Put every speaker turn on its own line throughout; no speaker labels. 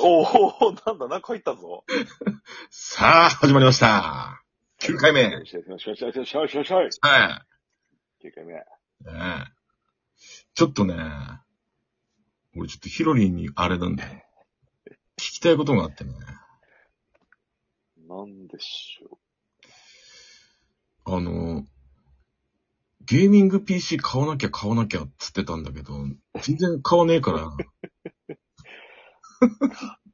おおなんだ、なんか入ったぞ。
さあ、始まりました。9回目。はい
よ。しよしよしよしよしよしよしよし。9回目。
ねえちょっとね、俺ちょっとヒロリンにあれなんだよ。聞きたいことがあってね。
なんでしょ
あの、ゲーミング PC 買わなきゃ買わなきゃっつってたんだけど、全然買わねえから、
う。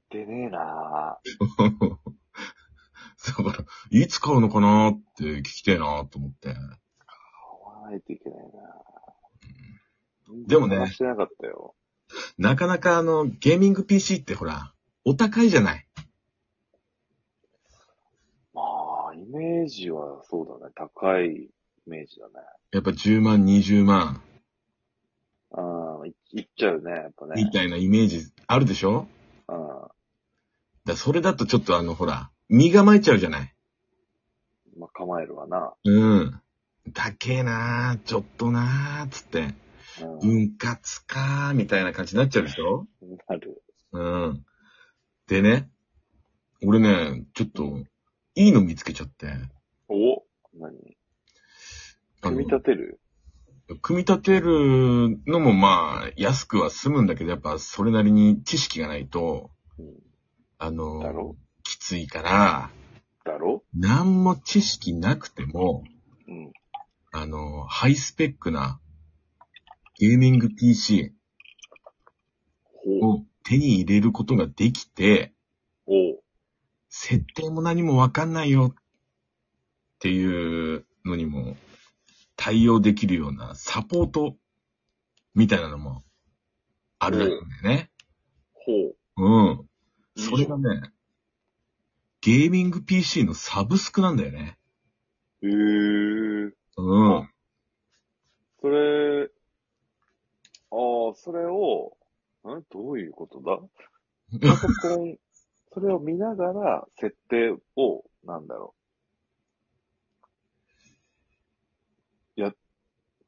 出ねえな
だから、いつ買うのかなって聞きたいなと思って。
買わないといけないな
でもね
話してなかったよ。
なかなかあの、ゲーミング PC ってほら、お高いじゃない。
まあ、イメージはそうだね。高いイメージだね。
やっぱ10万、20万、
うん、いいっちゃうね、やっぱね。
みたいなイメージあるでしょ
う
だそれだとちょっとあの、ほら、身構えちゃうじゃない。
ん。まあ、構えるわな。
うん。高えなー、ちょっとなー、つって、
う
分割かー、みたいな感じになっちゃうでしょ
ん。なる。
うん。でね、俺ね、ちょっと、いいの見つけちゃって。
お何
あの
組み立てる
組み立てるのもまあ、安くは済むんだけど、やっぱそれなりに知識がないと、
うん
あ
だ
の
ろ、
きついから、
だろ
何も知識なくても、
うん。
あの、ハイスペックなゲーミング PC
ほう。
を手に入れることができて、
おう。
設定も何もわかんないよっていうのにも対応できるようなサポートみたいなのもあるらしいんだよね。
ほう。
うん。
いいじゃん
それがね、ゲーミング PC のサブスクなんだよね。
えー。
うん。
それ、ああ、それを、んどういうことだパソコン、 それを見ながら設定を、なんだろう。や、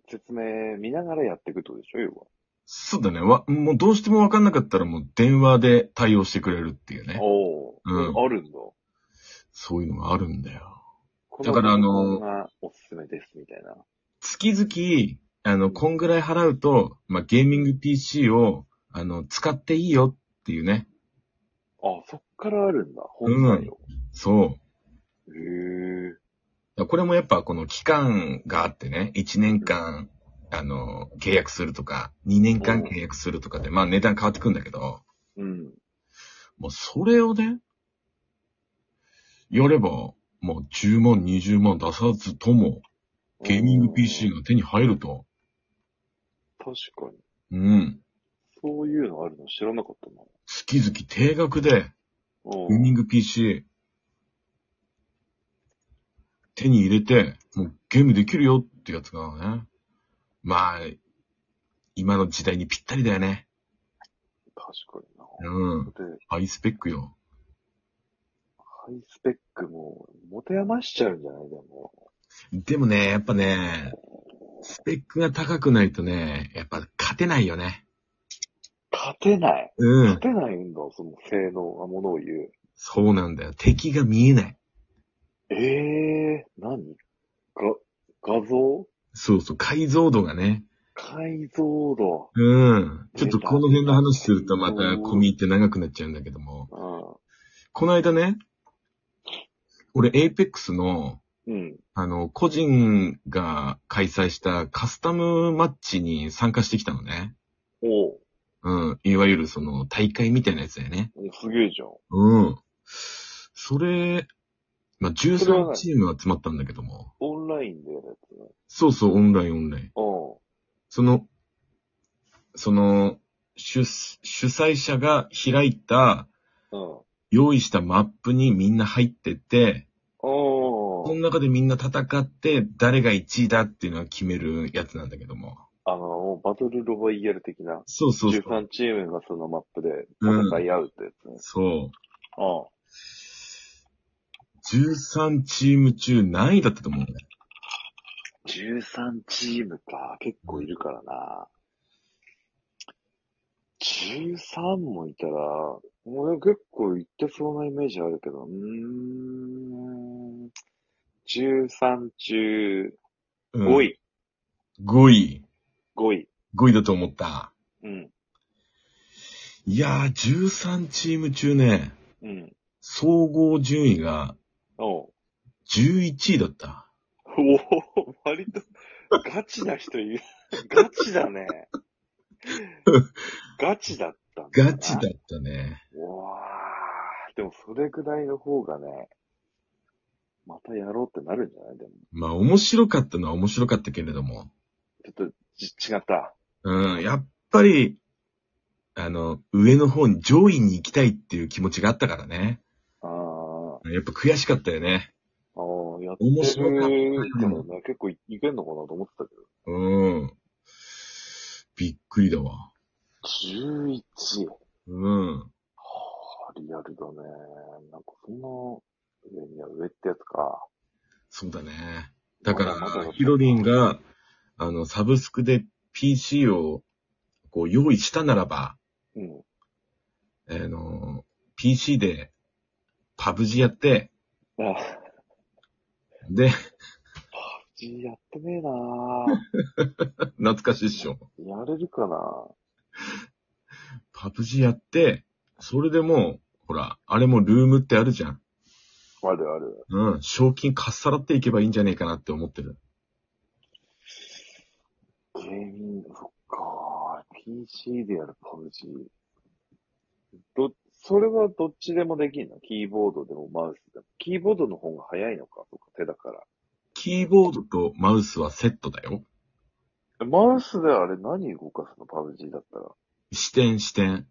説明見ながらやっていくってことでしょ要は。
そうだね。わ、もうどうしてもわかんなかったらもう電話で対応してくれるっていうね。
おお、
うん
あるんだ。
そういうのがあるんだよ。
こ
だからあの
こんなおすすめです、みたいな。
月々、あの、こんぐらい払うと、まあ、ゲーミング PC を、あの、使っていいよっていうね。
あ、そっからあるんだ。本体を。
そう。
へえ。
だからこれもやっぱこの期間があってね、1年間、あの、契約するとか、2年間契約するとかで、まあ値段変わってくんだけど、
うん。
もうそれをね、やれば、もう10万、20万出さずとも、ゲーミング PC
が。
が手に入ると。
確かに。
うん。
そういうのあるの知らなかったな。
月々定額で、
う
ゲーミ
ん。
ング PC、手に入れて、もうゲームできるよってやつがね。まあ、今の時代にぴったりだよね。
確かにな。
うん。
で、
ハイスペックよ。
ハイスペックも、持て余しちゃうんじゃないでも。
でもね、やっぱね、スペックが高くないとね、やっぱ勝てないよね。
勝てない。
う
勝
ん。
てないんだ、その性能なものを言う。
そうなんだよ。敵が見えない。
ええー、何が、画像
そうそう、解像度がね。
解像度。
うん。ちょっとこの辺の話するとまた込み入って長くなっちゃうんだけども。
う
この間ね、俺、エイペックスの、
ん。うん。
あの、個人が開催したカスタムマッチに参加してきたのね。
おう
うん。いわゆるその大会みたいなやつだよね。
すげえじゃん。
うん。それ、まあ、
それは
13
何
チーム集まったんだけども。
オンラインでやるやつね。
そうそう、オンラインオンライン。
うん。
その、その、主、主催者が開いた、
うん。
用意したマップにみんな入ってって、
お
その
ー
中でみんな戦って、誰が1位だっていうのは決めるやつなんだけども。
あの、バトルロワイヤル的な。
そうそうそう。
13チームがそのマップで戦い合うってやつね。
そう。
うん。
13チーム中何位だったと思うね。
13チームか。結構いるからな。 13もいたら、もう結構いってそうなイメージあるけど、うーん、13中
うん
5。位、
5位。
5位。
5位だと思った。
うん、
いやー、13チーム中ね、
うん。
総合順位が
おう
11位だった。
おお割と、ガチな人いる。ガチだね。 ガチだったんだな
ガチだ。ったね。
うわーでもそれぐらいの方がね、またやろうってなるんじゃないでも。
まあ、面白かったのは面白かったけれども。
ちょっとじ違った。
うん、やっぱり、あの、上の方に上位に行きたいっていう気持ちがあったからね。
ああ。
やっぱ悔しかったよね。
ああ、やって
面白かった
るけどね、結構いいけんのかなと思ってたけ
うん。びっくりだわ。
ど。11。
うん。
はあ、リアルだね。なんかそんな、上には上ってやつか。
そうだね。だか
まま
ら、
だ
ヒロリンが、あの、サブスクで PC を、こう、用意したならば、
うん。
あの、PC で、パブジやって、
あ、
で、
G やってねえな
懐かしいっしょ。
やれるかな
パブジやって、それでもう、ほら、あれもルームってあるじゃん。
あるある。
うん、賞金かっさらっていけばいいんじゃねえかなって思ってる。
ゲーミング、そっか PC でやるパブ G。ど、それはどっちでもできんのキーボードでもマウスでも。キーボードの方が早いのか、そっか、手だから。
キーボードとマウスはセットだよ。
えマウスであれ何動かすのパブ G だったら。
視点、視点。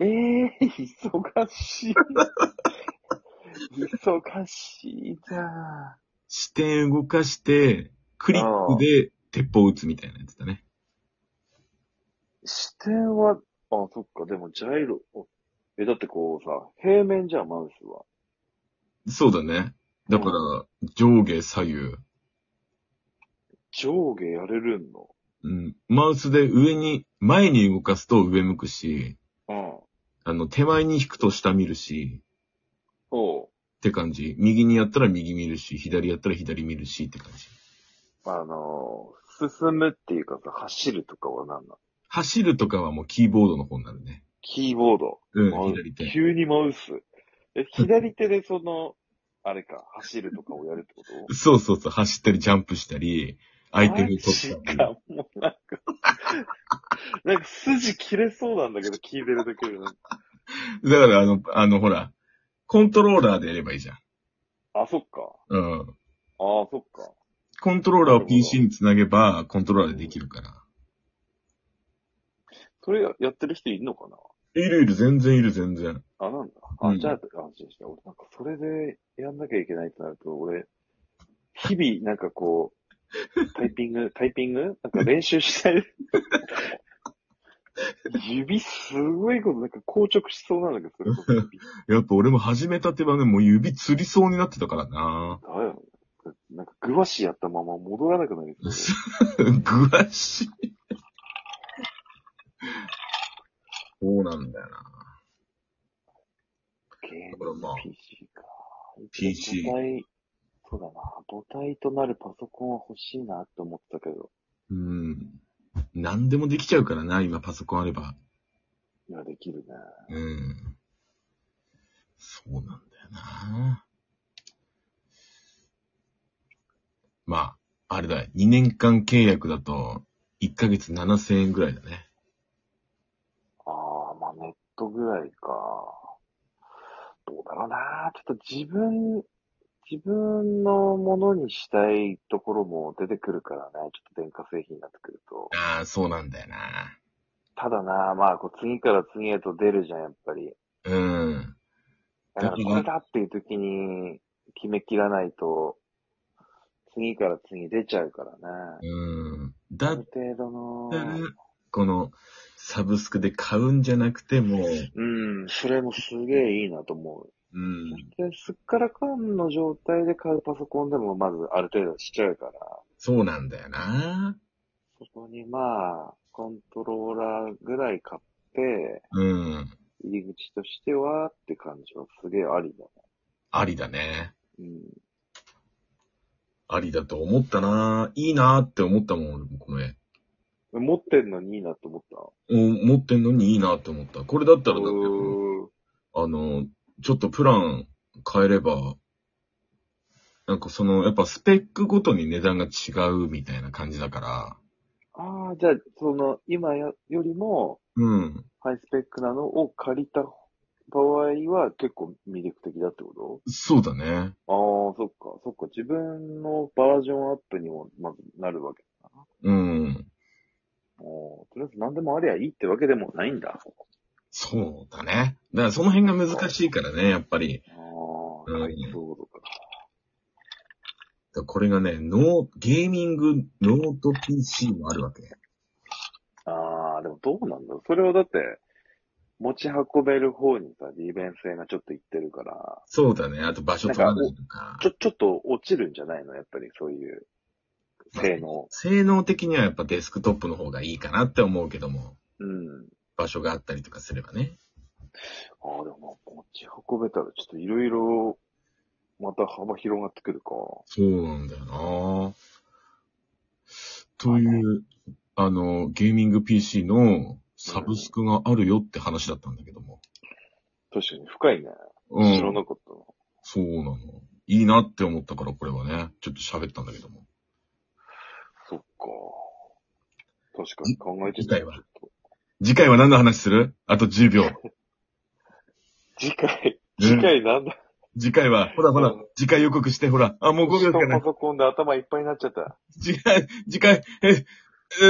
ええ忙しい。忙しいじゃん。
視点動かして、クリックで鉄砲撃つみたいなやつだね。
視点は、あ、そっか、でもジャイロ、おえ、だってこうさ、平面じゃん、マウスは。
そうだね。だから、上下左右。
上下やれるんの。
うん。マウスで上に、前に動かすと上向くし、
うん。
あの、手前に引くと下見るし、
おう。
って感じ。右にやったら右見るし、左やったら左見るしって感じ。
あのー進むっていうかさ、走るとかは何なの
走るとかはもうキーボードの方になるね。
キーボード。
うん
マウ、
左手。
急にマウス。え、左手でその、 あれか、走るとかをやるってこと
そうそうそう、走ったりジャンプしたり、アイテム取ったり。
マジか、もうなんか、 なんか筋切れそうなんだけど、聞いてるだけでなんか。
だからあの、あの、ほら、コントローラーでやればいいじゃん。
あ、そっか。
うん。
ああ、そっか。
コントローラー
なる
を
ほど
PC につなげば、コントローラーでできるから。
それややってる人いんのかな
えいるいる、全然いる、全然。
あ、なんだ。あ、
うん
じゃあ、安心して。俺、なんか、それでやんなきゃいけないってなると、俺、日々、なんかこう、タイピング、 タイピングなんか練習したい。 指すごいこと、なんか硬直しそうなんだけど、それこそ指。
やっぱ俺も始めたてはね、もう指つりそうになってたからな
だよ。 なんか、グワシやったまま戻らなくなる。
ぐわしい。そうなんだよな。
ゲ
だ
ー
か
ム
ら まあ、
PC か。
PC
母体、そうだな。母体となるパソコンは欲しいなって思ってたけど。
うん。何でもできちゃうからな、今パソコンあれば。
いや、できるね。
うん。そうなんだよな。まあ、あれだ、2年間契約だと、1ヶ月7000円ぐらいだね。
ああ、まあネットぐらいか。どうだろうな。ちょっと自分、自分のものにしたいところも出てくるからね。ちょっと電化製品になってくると。
ああ、そうなんだよな。
ただな、まあこう次から次へと出るじゃん、やっぱり。
うん。
だからこれだっていう時に決めきらないと、次から次出ちゃうからね。
うん。
あ
だっ
る程度の
た、ら、この、サブスクで買うんじゃなくても、
うん、それもすげえいいなと思う。
うん。
で、すっからかんの状態で買うパソコンでもまずある程度しちゃうから、
そうなんだよな。
そこにまあ、コントローラーぐらい買って、
うん。
入り口としてはって感じはすげえありだな。
ありだね。
うん。
ありだと思ったないいなって思ったもん、俺もこの絵。
持ってんのにいいなと思った。
お持ってんのにいいなって思った。これだったらだって、
う
あの、ちょっとプラン変えれば、なんかその、やっぱスペックごとに値段が違うみたいな感じだから、
ーんああ、じゃあ、その、今よよりも、
うん。
ハイスペックなのを借りた場合は結構魅力的だってこ
そうだね。
とああ、そっか、そっか。自分のバージョンアップにも、まずなるわけだな。
うん。
おーとりあえず何でもありゃいいってわけでもないんだ。
そうだね。だからその辺が難しいからね、やっぱり。
ああ、
うん
はい、そういうことか。
だからこれがね、ノー、ゲーミングノート PC もあるわけ。
ああ、でもどうなんだろうそれはだって、持ち運べる方にさ、利便性がちょっといってるから、
そうだね。あと場所取らないとか。
ちょ、ちょっと落ちるんじゃないのやっぱりそういう、性能。
性能的にはやっぱデスクトップの方がいいかなって思うけども、
うん。
場所があったりとかすればね。
ああ、でもまあ持ち運べたらちょっといろいろ、また幅広がってくるか。
そうなんだよなという、あの、ゲーミング PC のサブスクがあるよって話だったんだけども。
確かに深いね。
うん。
知らなかったな。
そうなの。いいなって思ったから、これはね、ちょっと喋ったんだけども。
そっか。確かに考えてた
次回は
ちょっと
次回は何の話するあと10秒。
次回、
うん
次回なんだ、
次回は、ほらほら
うん、
次回予告して、ほら、あ、もう5秒しかない
パ。ソコンで頭いっぱいになっちゃった。
次回、次回、え、え、